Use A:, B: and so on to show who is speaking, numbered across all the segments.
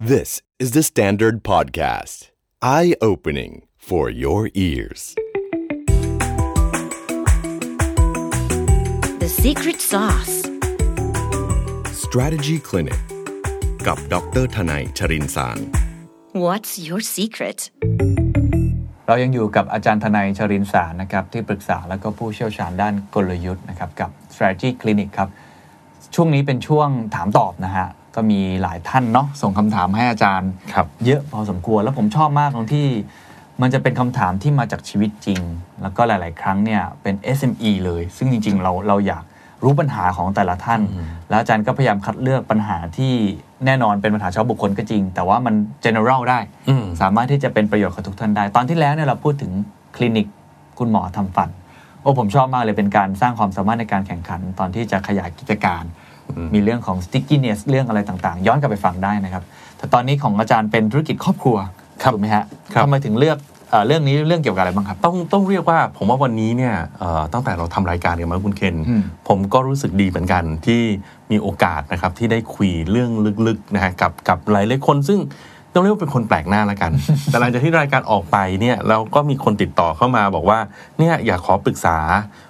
A: This is the Standard Podcast. Eye opening for your ears.
B: The secret sauce.
A: Strategy Clinic กับดรทนายชรินสาร
B: What's your secret?
C: เรายังอยู่กับอาจารย์ทนายชรินสารนะครับที่ปรึกษาและก็ผู้เชี่ยวชาญด้านกลยุทธ์นะครับกับ strategy clinic ครับ ช่วงนี้เป็นช่วงถามตอบนะฮะ ก็มีหลายท่านเนาะส่งคำถามให้อาจารย์
D: ครับ
C: เยอะพอสมควรแล้วผมชอบมากตรงที่ มันจะเป็นคำถามที่มาจากชีวิตจริง แล้วก็หลาย ๆ ครั้งเนี่ยเป็น SME เลย ซึ่งจริง ๆ เราเราอยากรู้ปัญหาของแต่ละท่าน แล้วอาจารย์ก็พยายามคัดเลือกปัญหาที่แน่นอนเป็นปัญหาเฉพาะบุคคลก็จริง แต่ว่ามัน general ได้
D: อืม
C: สามารถที่จะเป็นประโยชน์กับทุกท่านได้ ตอนที่แล้วเนี่ยเราพูดถึงคลินิกคุณหมอทำฟัน โอ้ผมชอบมากเลยเป็นการสร้างความสามารถในการแข่งขัน ตอนที่จะขยายกิจการ มีเรื่องของ stickiness เรื่องอะไรต่างๆ ย้อนกลับไปฟังได้นะครับ แต่ตอนนี้ของอาจารย์เป็นธุรกิจครอบครัว
D: ครับ
C: ถูกไหมฮะ
D: ครับ
C: ทำไมถึงเลือกเอ่อเรื่องนี้เรื่องเกี่ยวกับอะไรบ้างครับ
D: ต้องต้องเรียกว่าผมว่าวันนี้เนี่ยเอ่อตั้งแต่เราทำรายการกันมาคุณเคน
C: อืม
D: ผมก็รู้สึกดีเหมือนกันที่มีโอกาสนะครับที่ได้คุยเรื่องลึกๆนะฮะกับกับหลายหลายคน ซึ่งต้องเรียกว่าเป็นคนแปลกหน้าละกัน แต่หลังจากที่รายการออกไปเนี่ยเราก็มีคนติดต่อเข้ามาบอกว่าเนี่ยอยากขอปรึกษา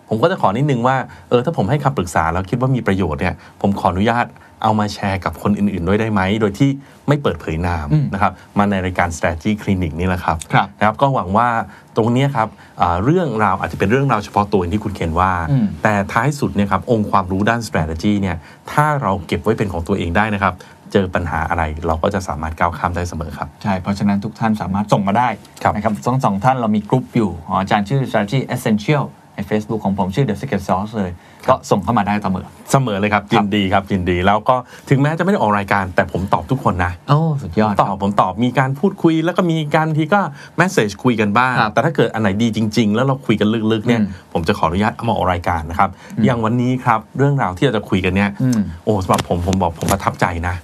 D: ผมก็จะขอนิดนึงว่าเออถ้าผมให้คำปรึกษาแล้วคิดว่ามีประโยชน์เนี่ยผมขออนุญาตเอามาแชร์กับคนอื่นๆด้วยได้ไหมโดยที่ไม่เปิดเผยนาม
C: อืม
D: นะครับมาในรายการ strategy clinic นี่แหละครับ
C: ครับ
D: นะครับก็หวังว่าตรงเนี้ยครับอ่าเรื่องราวอาจจะเป็นเรื่องราวเฉพาะตัวอย่างที่คุณเคนว่า
C: อืม
D: แต่ท้ายสุดเนี่ยครับองค์ความรู้ด้าน strategy เนี่ยถ้าเราเก็บไว้เป็นของตัวเองได้นะครับ เจอปัญหาอะไรเราก็จะสามารถก้าวข้ามได้เสมอครับ
C: ใช่ เพราะฉะนั้นทุกท่านสามารถส่งมาได้
D: ครับ
C: นะครับทั้งสองท่านเรามีกลุ่มอยู่อ๋ออาจารย์ชื่อ strategy essential ใน Facebook ของผมชื่อ the secret sauce เลย
D: ค
C: ก็
D: รับ
C: ส่งเข้ามาได้เสมอ
D: เสมอเลยครับยินดีครับยินดีแล้วก็ถึงแม้จะไม่ได้ออกรายการ แต่ผมตอบทุกคนนะ
C: โอ้สุดยอด
D: ตอบผมตอบมีการพูดคุย แล้วก็มีการบางทีก็แมสเซจคุยกันบ้าง
C: ครับ
D: แต่ถ้าเกิดอันไหนดีจริง ๆ แล้วเราคุยกันลึกๆเนี่ย
C: อืม
D: ผมจะขออนุญาตเอามาออกรายการนะครับอย่างวันนี้ครับเรื่องราวที่เราจะคุยกันเนี่ย
C: อืม
D: โอ้สำหรับผมผมบอกผมประทับใจนะ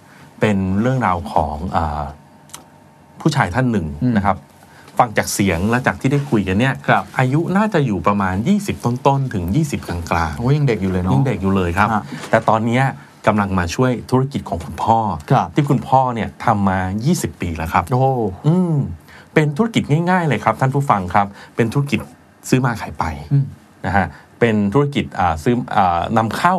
D: เป็นเรื่องราวของอาผู้ชายท่านหนึ่งนะครับ ฟังจากเสียงและจากที่ได้คุยกันเนี่ย
C: ครับ
D: อายุน่าจะอยู่ประมาณ 20 ต้นๆถึง 20 กลางๆ
C: โอ้ยังเด็กอยู่เลยเนาะ
D: ยังเด็กอยู่เลยครับ
C: ฮะ
D: แต่ตอนเนี้ยกำลังมาช่วยธุรกิจของคุณพ่อ
C: ครับ
D: ที่คุณพ่อเนี่ยทำมา 20 ปีแล้วครับ
C: โอ้
D: อืมเป็นธุรกิจง่าย ๆ เลยครับ ท่านผู้ฟังครับ เป็นธุรกิจซื้อมาขายไป
C: อืม
D: นะฮะเป็นธุรกิจอ่าซื้ออานำเข้า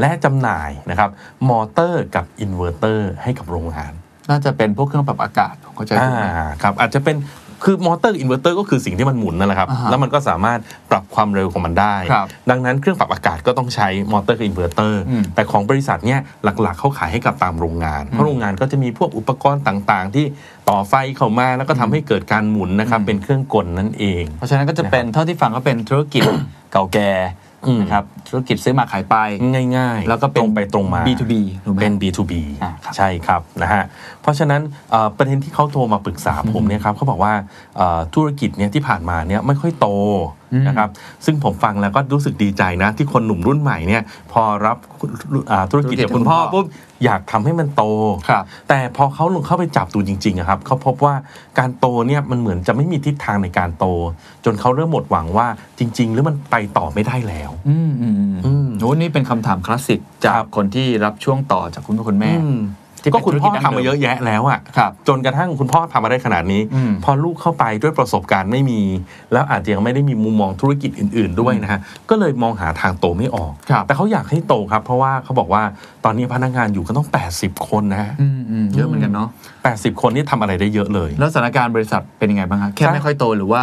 D: และจำหน่ายนะครับมอเตอร์กับอินเวอร์เตอร์ให้กับโรงงาน
C: น่าจะเป็นพวกเครื่องปรับอากาศผมเข้าใจถูกไหม
D: อ่าครับอาจจะเป็นคือมอเตอร์อินเวอร์เตอร์ก็คือสิ่งที่มันหมุนนั่นแหละครับ
C: อ่าฮะ
D: แล้วมันก็สามารถปรับความเร็วของมันได้
C: ครับ
D: ดังนั้นเครื่องปรับอากาศก็ต้องใช้มอเตอร์กับอินเวอร์เตอร์
C: อืม
D: แต่ของบริษัทเนี่ยหลักๆ เขาขายให้กับตามโรงงาน เพราะโรงงานก็จะมีพวกอุปกรณ์ต่างๆ ที่ต่อไฟเข้ามาแล้วก็ทำให้เกิดการหมุนนะครับ
C: อืม
D: เป็นเครื่องกลนั่นเอง
C: เพราะฉะนั้นก็จะเป็นเท่าที่ฟังก็เป็นธุรกิจ เก่าแก่
D: อืม
C: นะครับธุรกิจซื้อมาขายไป
D: ง่ายๆ
C: แล้วก็เป็น
D: ตรงไปตรงมา
C: B2B ถูกไหม
D: เป็น B2B
C: อ่าครับ
D: ใช่ครับนะฮะเพราะฉะนั้นเอ่อประเด็นที่เขาโทรมาปรึกษาผมเนี่ยครับเขาบอกว่าเอ่อธุรกิจเนี่ยที่ผ่านมาเนี่ยไม่ค่อยโต
C: อืม
D: นะครับซึ่งผมฟังแล้วก็รู้สึกดีใจนะ ที่คนหนุ่มรุ่นใหม่เนี่ยพอรับอ่าธุรกิจ
C: ธุรกิจ
D: จากคุณพ่อ
C: จากคุณพ่อ
D: ปุ๊บอยากทำให้มันโต
C: ครับ
D: แต่พอเขาลงเข้าไปจับดูจริงๆอะครับเขาพบว่าการโตเนี่ยมันเหมือนจะไม่มีทิศทางในการโต จนเขาเริ่มหมดหวังว่าจริง ๆ หรือมันไปต่อไม่ได้แล้ว
C: อืมอืมอืม
D: อืม
C: โอ้นี่เป็นคำถามคลาสสิกจา
D: ครั
C: ก
D: บ
C: คนที่รับช่วงต่อจากคุณพ่อคุณแม่
D: อืม
C: ที่เป็น
D: ก็คุณพ่อ
C: ธุรกิจดั้ง
D: ทำ
C: เดิ
D: มาม เยอะแยะแล้วอะ
C: ครับ
D: จนกระทั่งคุณพ่อทำมาได้ขนาดนี้
C: อืม
D: พอลูกเข้าไปด้วยประสบการณ์ไม่มี แล้วอาจจะยังไม่ได้มีมุมมองธุรกิจอื่น ๆ ด้วยนะฮะก็เลยมองหาทางโตไม่ออก
C: ครับ
D: แต่เขาอยากให้โตครับ เพราะว่าเขาบอกว่าตอนนี้พนักงานอยู่ก็ต้อง 80 คนนะฮะ
C: อืมอืมเยอะเหมือนกันเนาะ
D: 80 คนนี่ทำอะไรได้เยอะเลย
C: แล้วสถานการณ์บริษัทเป็นยังไงบ้างครับแค่
D: ใช่
C: ไม่ค่อยโตหรือว่า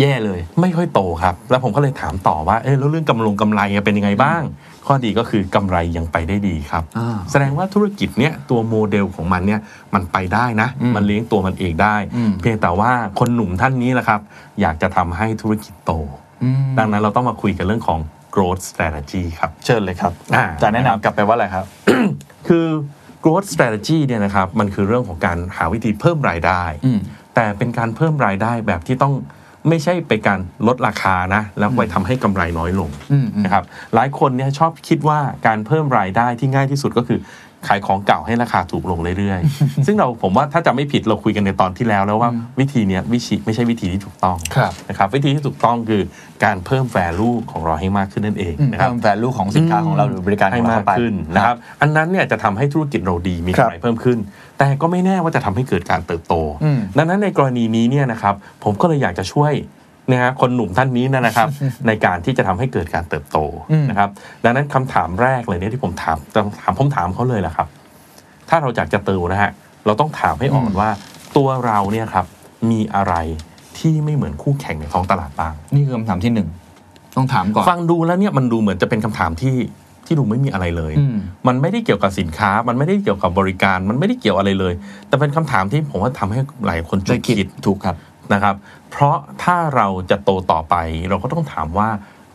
C: แย่เลย
D: ไม่ค่อยโตครับ แล้วผมก็เลยถามต่อว่าเออแล้วเรื่องกำลงกำไรอะเป็นยังไงบ้าง ข้อดีก็คือกำไรยังไปได้ดีครับ
C: อ่า
D: แสดงว่าธุรกิจเนี้ยตัวโมเดลของมันเนี่ยมันไปได้นะ
C: อืม
D: มันเลี้ยงตัวมันเองได้
C: อืม
D: เพียงแต่ว่าคนหนุ่มท่านนี้แหละครับ อยากจะทำให้ธุรกิจโต
C: อืม
D: ดังนั้นเราต้องมาคุยกันเรื่องของ growth strategy ครับ
C: เชิญเลยครับ
D: อ่า
C: จะแนะนำกลับไปว่าอะไรครับ
D: คือ growth strategy เนี่ยนะครับมันคือเรื่องของการหาวิธีเพิ่มรายได้
C: อืม
D: แต่เป็นการเพิ่มรายได้แบบที่ต้องไม่ใช่ไปการลดราคานะ แล้วไปทำให้กำไรน้อยลง
C: อืมอืม
D: นะครับหลายคนเนี่ยชอบคิดว่าการเพิ่มรายได้ที่ง่ายที่สุดก็คือ ขายของเก่าให้ราคาถูกลงเรื่อยๆ ซึ่งเราผมว่าถ้าจะไม่ผิดเราคุยกันในตอนที่แล้วแล้วว่าวิธีเนี้ยวิธีไม่ใช่วิธีที่ถูกต้อง
C: ครับ
D: นะครับวิธีที่ถูกต้องคือการเพิ่ม value ของเราให้มากขึ้นนั่นเอง
C: อืม
D: นะค
C: เพิ่
D: รับ
C: มแวลูของสินค้าของเราหรือบริการข
D: ให้
C: องเรา
D: มาก
C: เข้าไป
D: ขึ้นนะครับ อันนั้นเนี่ยจะทำให้ธุรกิจเราดีมี
C: ครั
D: กำ
C: บ
D: ไรเพิ่มขึ้น แต่ก็ไม่แน่ว่าจะทำให้เกิดการเติบโต
C: อืม
D: ดังนั้นในกรณีนี้เนี่ยนะครับผมก็เลยอยากจะช่วยนะฮะคนหนุ่มท่านนี้เนยนะครับ ในการที่จะทำให้เกิดการเติบโต
C: อืม
D: นะครับ ดังนั้นคำถามแรกเลยเนี่ยที่ผมถามถามผมถามเขาเลยแหละครับ ถ้าเราอยากจะเติบนะฮะเราต้องถามให้ออกว่า ตัวเราเนี่ยครับมีอะไรที่ไม่เหมือนคู่แข่งในท้องตลาดบ้าง
C: นี่คือคำถามที่หนึ่งต้องถามก่อน
D: ฟังดูแล้วเนี่ยมันดูเหมือนจะเป็นคำถามที่ที่ดูไม่มีอะไรเลย
C: อืม
D: มันไม่ได้เกี่ยวกับสินค้า มันไม่ได้เกี่ยวกับบริการ มันไม่ได้เกี่ยวอะไรเลย แต่เป็นคำถามที่ผมว่าทำให้หลายคนจุ
C: ได้
D: ก
C: คิด
D: คิด
C: ถูกครับ
D: นะครับ เพราะถ้าเราจะโตต่อไป เราก็ต้องถามว่า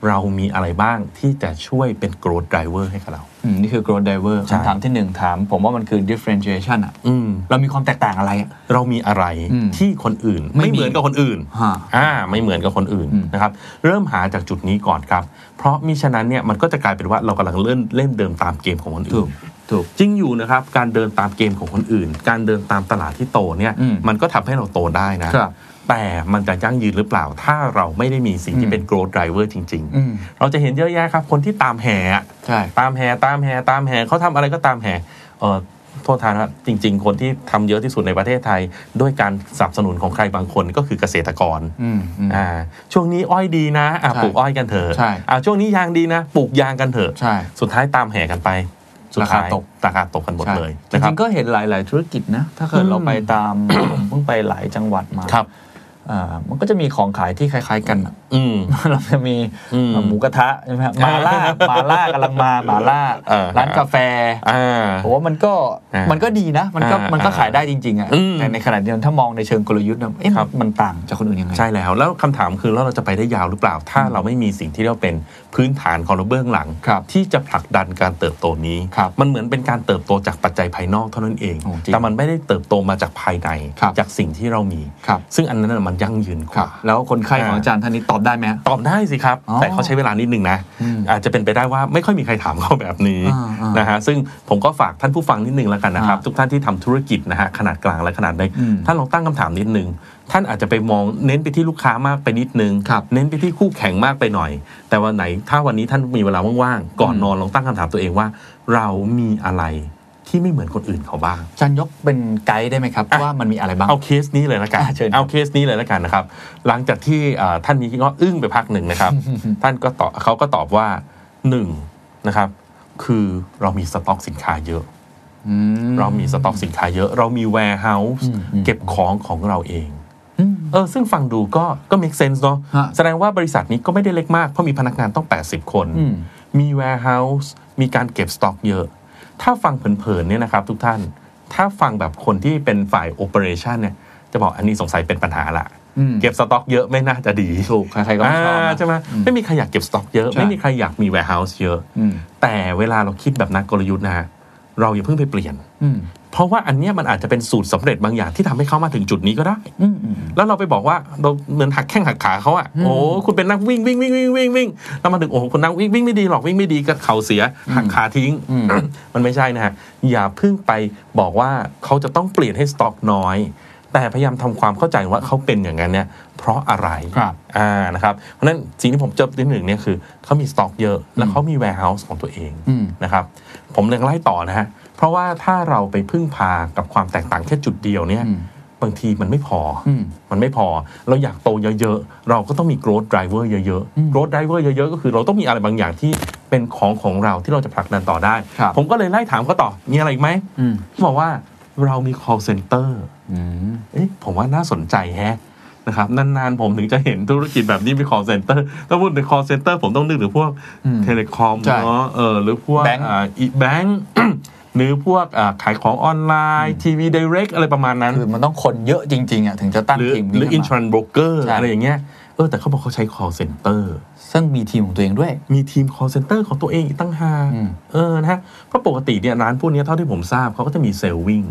D: เรามีอะไรบ้างที่จะช่วยเป็น growth driver ให้กับเรา
C: อืมนี่คือ growth driver
D: ใช่
C: คำถามที่หนึ่งถาม ผมว่ามันคือ differentiation อะ
D: อืม
C: เรามีความแตกต่างอะไรอะ
D: เรามีอะไร
C: อืม
D: ที่คนอื่น
C: ไม่
D: ไม่
C: มี
D: เหมือนกับคนอื่น
C: ฮะ
D: อ่าไม่เหมือนกับคนอื่น
C: อืม
D: นะครับ เริ่มหาจากจุดนี้ก่อนครับ เพราะมิฉะนั้นเนี่ยมันก็จะกลายเป็นว่าเรากำลังเล่นเล่นเดิมตามเกมของคน
C: ถู
D: อื่น
C: กถูก
D: จริงอยู่นะครับ การเดินตามเกมของคนอื่น การเดินตามตลาดที่โตเนี่ย
C: อืม
D: มันก็ทำให้เราโตได้นะครับแต่มันจะยั่งยืนหรือเปล่า ถ้าเราไม่ได้มีสิ่ง
C: อื
D: ที่
C: ม
D: เป็น growth driver จริง
C: อืม
D: ๆ เราจะเห็นเยอะแยะครับ คนที่ตามแห่อะ
C: ใช่
D: ตามแห่ตามแห่ตามแห่เขาทำอะไรก็ตามแห่เออโทษทานครับจริง ๆ คนที่ทำเยอะที่สุดในประเทศไทย ด้วยการสนับสนุนของใครบางคนก็คือเกษตรกร
C: อืมอืม
D: อ่าช่วงนี้อ้อยดีนะอ่ะ
C: ใช่
D: ปลูกอ้อยกันเถอะ
C: ใช่
D: อ่าช่วงนี้ยางดีนะ ปลูกยางกันเถอะ
C: ใช่
D: สุดท้ายตามแห่กันไปสุดท้
C: รา
D: ย
C: คาตก
D: ราคาตกกันหมด
C: ใช่
D: เลย
C: จ
D: นะครับ
C: ริงๆก็เห็นหลาย ๆ ธุรกิจนะ ถ้าเกิด
D: อืม
C: เราไปตาม ผมเพิ่งไปหลายจังหวัดมา
D: ครับ
C: เอ่อมันก็จะมีของขายที่คล้าย ๆ กันอะ
D: อืม
C: เราจะมี
D: อืม
C: หมูกระทะใช่ไหมฮะหมาล่าหมาล่ากำลังมาหมาล่า
D: เออ
C: ร้านกาแฟ
D: อ่า
C: ผมว่ามันก็
D: อ่ามั
C: มันก็ดีนะ มันก็
D: อ่ามั
C: มันก็ขายได้จริง ๆอ่ะ
D: อืม
C: แต่ในขณะเดียวกันถ้ามองในเชิงกลยุทธ์นะเอ๊ะ
D: ครับ
C: มันต่างจากคนอื่นยังไง
D: ใช่แล้วแล้วคำถามคือแล้วเราจะไปได้ยาวหรือเปล่า ถ้าเราไม่มีสิ่งที่เรียกว่าเป็นพื้นฐานของระเบื้องหลัง
C: ครับ
D: ที่จะผลักดันการเติบโตนี้
C: ครับ
D: มันเหมือนเป็นการเติบโตจากปัจจัยภายนอกเท่านั้นเอง
C: โอ้จริง
D: แต่มันไม่ได้เติบโตมาจากภายใน
C: ครับ
D: จากสิ่งที่เรามี
C: ครับ
D: ซึ่งอันนั้นนะมันยั่งยืนก
C: ครั
D: ว่า
C: บ แล้วคนไข้ของอาจารย์ท่านนี้ตอบได้ไหมฮะ
D: ตอบได้สิครับ
C: อ๋อ
D: แต่เขาใช้เวลานิดนึงนะ
C: อืม
D: อาจจะเป็นไปได้ว่าไม่ค่อยมีใครถามเขาแบบนี้
C: อ่าอ่าน
D: นะฮะซึ่งผมก็ฝากท่านผู้ฟังนิดนึงแล้วกันนะครับ
C: อ่า
D: ทุกท่านที่ทำธุรกิจนะฮะขนาดกลางและขนาดเล็ก
C: อืม
D: ท่านลองตั้งคำถามนิดนึง ท่านอาจจะไปมองเน้นไปที่ลูกค้ามากไปนิดนึง
C: ครับ
D: เน้นไปที่คู่แข่งมากไปหน่อย แต่วันไหนถ้าวันนี้ท่านมีเวลาว่างๆก่อน
C: อืม
D: นอนลองตั้งคำถามตัวเองว่า เรามีอะไรที่ไม่เหมือนคนอื่นเขาบ้าง
C: อาจารย์ยกเป็นไกด์ได้ไหมครับ ว่ามันมีอะไรบ้าง
D: เอาเคสนี้เลยละกัน
C: อ่ะเชิญครับ
D: เอาเคสนี้เลยละกันนะครับ หลังจากที่เอ่อท่านนี้ก็อึ้งไปพักหนึ่ง นะครับ ท่านก็ตอบเขาก็ตอบว่าหนึ่งนะครับ คือเรามีสต็อกสินค้าเยอะ เรามีสต็อกสินค้าเยอะ เรามี warehouse
C: อืมอืม
D: เก็บของของเราเอง
C: อืม
D: เออซึ่งฟังดูก็ก็ make sense เนอะ
C: ฮะ
D: แสดงว่าบริษัทนี้ก็ไม่ได้เล็กมาก เพราะมีพนักงานต้อง 80 คน
C: อืม
D: มี warehouse มีการเก็บสต็อกเยอะ ถ้าฟังเผินๆเนี่ยนะครับทุกท่าน ถ้าฟังแบบคนที่เป็นฝ่าย operation เนี่ย จะบอกอันนี้สงสัยเป็นปัญหาละ
C: อืม
D: เก็บสต็อกเยอะไม่น่าจะดี
C: ถูกใครๆก็ไม่ชอบ
D: อ่า
C: นะ
D: ใช่ไหมไม่มีใครอยากเก็บสต็อกเยอะ
C: ใช่
D: ไม่มีใครอยากมี warehouse เยอะ
C: อืม
D: แต่เวลาเราคิดแบบนักกลยุทธ์นะฮะเราอย่าเพิ่งไปเปลี่ยน
C: อืม
D: เพราะว่าอันเนี้ยมันอาจจะเป็นสูตรสำเร็จบางอย่างที่ทำให้เขามาถึงจุดนี้ก็ได้
C: อืมอืม
D: แล้วเราไปบอกว่าเราเหมือนหักแข้งหักขาเขาอะ
C: อืม
D: โอ้คุณเป็นนักวิ่งวิ่งวิ่งวิ่งวิ่งวิ่งแล้วมาถึงโอ้คุณนักวิ่งวิ่งไม่ดีหรอกวิ่งไม่ดีก็เข่าเสียหักขาทิ้ง
C: อืม
D: มันไม่ใช่นะฮะอย่าเพิ่งไปบอกว่าเขาจะต้องเปลี่ยนให้สต็อกน้อย แต่พยายามทำความเข้าใจว่าเขาเป็นอย่างนั้นเนี่ยเพราะอะไร
C: ครับ
D: อ่านะครับเพราะฉะนั้นสิ่งที่ผมเจอที่หนึ่งเนี่ยคือเขามีสต็อกเยอะแล้วเขามี warehouse ของตัวเอง
C: อืม
D: นะครับผมเลยไล่ต่อนะฮะเพราะว่าถ้าเราไปพึ่งพากับความแตกต่างแค่จุดเดียวเนี่ย
C: อืม
D: บางทีมันไม่พออ
C: อืม
D: มันไม่พอ เราอยากโตเยอะๆ เราก็ต้องมี growth driver เยอะ
C: อืม
D: ๆ growth driver เยอะๆ ก็คือเราต้องมีอะไรบางอย่างที่เป็นของของเราที่เราจะผลักดันต่อได้
C: ครับ
D: ผมก็เลยไล่ถามเขาต่อ มีอะไรอีกไหม
C: อืม
D: เขาบอกว่าเรามี call center
C: อืม
D: เอ๊ะผมว่าน่าสนใจแฮะนะครับนานๆ ผมถึงจะเห็นธุรกิจแบบนี้มี call center ถ้าพูดถึง call center ผมต้องนึกถึงพวก
C: อืม
D: เทเลคอม
C: ใช่
D: เนาะเออหรือพวก
C: แบงค์
D: อ่าอีแบงค์ หรือพวกอ่าขายของออนไลน์ทีวีดเรกอะไรประมาณนั้น
C: คือมันต้องคนเยอะจริงๆอ่ะถึงจะตั้ง
D: หรือ
C: ทีม
D: หรืออิ
C: ขึ้
D: น
C: มา
D: ทรันโบรกเกอร์
C: ใช่
D: อะไรอย่างเงี้ยเออแต่เขาบอกเขาใช้ call center
C: ซึ่งมีทีมของตัวเองด้วย
D: มีทีม call center ของตัวเองอีกตั้งหาก
C: อืม
D: เออนะฮะเพราะปกติเนี่ยร้านพวกเนี้ยเท่าที่ผมทราบเขาก็จะมีเซลล์วิ่ง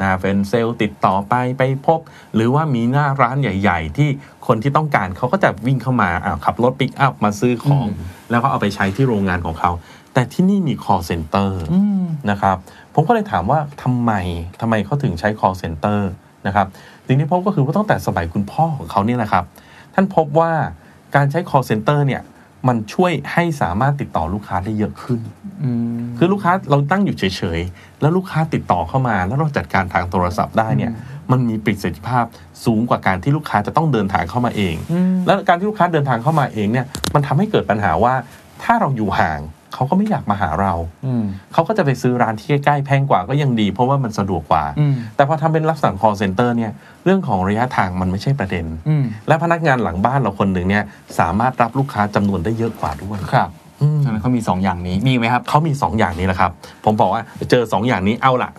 D: นะฮะเป็นเซลล์ติดต่อไปไปพบ หรือว่ามีหน้าร้านใหญ่ ๆ ที่คนที่ต้องการเขาก็จะวิ่งเข้ามาอ่าขับรถปิกอัพมาซื้อของ
C: อืม
D: แล้วก็เอาไปใช้ที่โรงงานของเขา แต่ที่นี่มี call center
C: อืม
D: นะครับผมก็เลยถามว่าทำไมทำไมเขาถึงใช้ call center นะครับสิ่งที่พบก็คือว่าตั้งแต่สมัยคุณพ่อของเขาเนี่ยนะครับ ท่านพบว่าการใช้ call center เนี่ย มันช่วยให้สามารถติดต่อลูกค้าได้เยอะขึ้น
C: อืม
D: คือลูกค้าเราตั้งอยู่เฉยๆ แล้วลูกค้าติดต่อเข้ามา แล้วเราจัดการทางโทรศัพท์ได้เนี่ย มันมีประสิทธิภาพสูงกว่าการที่ลูกค้าจะต้องเดินทางเข้ามาเอง
C: อืม
D: แล้วการที่ลูกค้าเดินทางเข้ามาเองเนี่ย มันทำให้เกิดปัญหาว่า ถ้าเราอยู่ห่าง เขาก็ไม่อยากมาหาเรา
C: อืม
D: เขาก็จะไปซื้อร้านที่ใกล้ๆ แพงกว่าก็ยังดี เพราะว่ามันสะดวกกว่า
C: อืม
D: แต่พอทำเป็นรับสั่ง call center เนี่ย เรื่องของระยะทางมันไม่ใช่ประเด็น
C: อืม
D: และพนักงานหลังบ้านเราคนหนึ่งเนี่ย สามารถรับลูกค้าจำนวนได้เยอะกว่าด้วย
C: ครับ
D: อืม
C: ฉะนั้นเขามีสองอย่างนี้ มีอีกไหมครับ
D: เขามี 2 อย่างนี้แหละครับ ผมบอกว่าเจอ 2 อย่างนี้เอาละ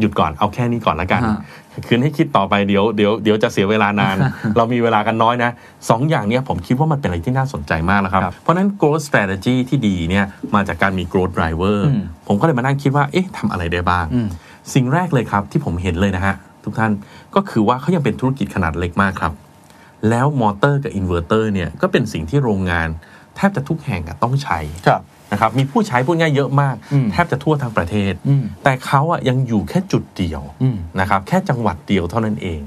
D: หยุดก่อนเอาแค่นี้ก่อนละกัน
C: ฮะ
D: คืนให้คิดต่อไปเดี๋ยวเดี๋ยวเดี๋ยวจะเสียเวลานาน เรามีเวลากันน้อยนะสองอย่างเนี้ยผมคิดว่ามันเป็นอะไรที่น่าสนใจมากนะครับ
C: ครับ
D: เพราะฉะนั้น growth strategy ที่ดีเนี่ยมาจากการมี growth driver ผมก็เลยมานั่งคิดว่าเอ๊ะทำอะไรได้บ้าง
C: อืม
D: สิ่งแรกเลยครับที่ผมเห็นเลยนะฮะ ทุกท่านก็คือว่าเขายังเป็นธุรกิจขนาดเล็กมากครับ แล้วมอเตอร์กับอินเวอร์เตอร์เนี่ยก็เป็นสิ่งที่โรงงานแทบจะทุกแห่งอะต้องใช้
C: ครับ
D: นะครับมีผู้ใช้พูดง่ายเยอะมาก
C: อืม
D: แทบจะทั่วทั้งประเทศ
C: อืม
D: แต่เขาอะยังอยู่แค่จุดเดียว
C: อืม
D: นะครับแค่จังหวัดเดียวเท่านั้นเอง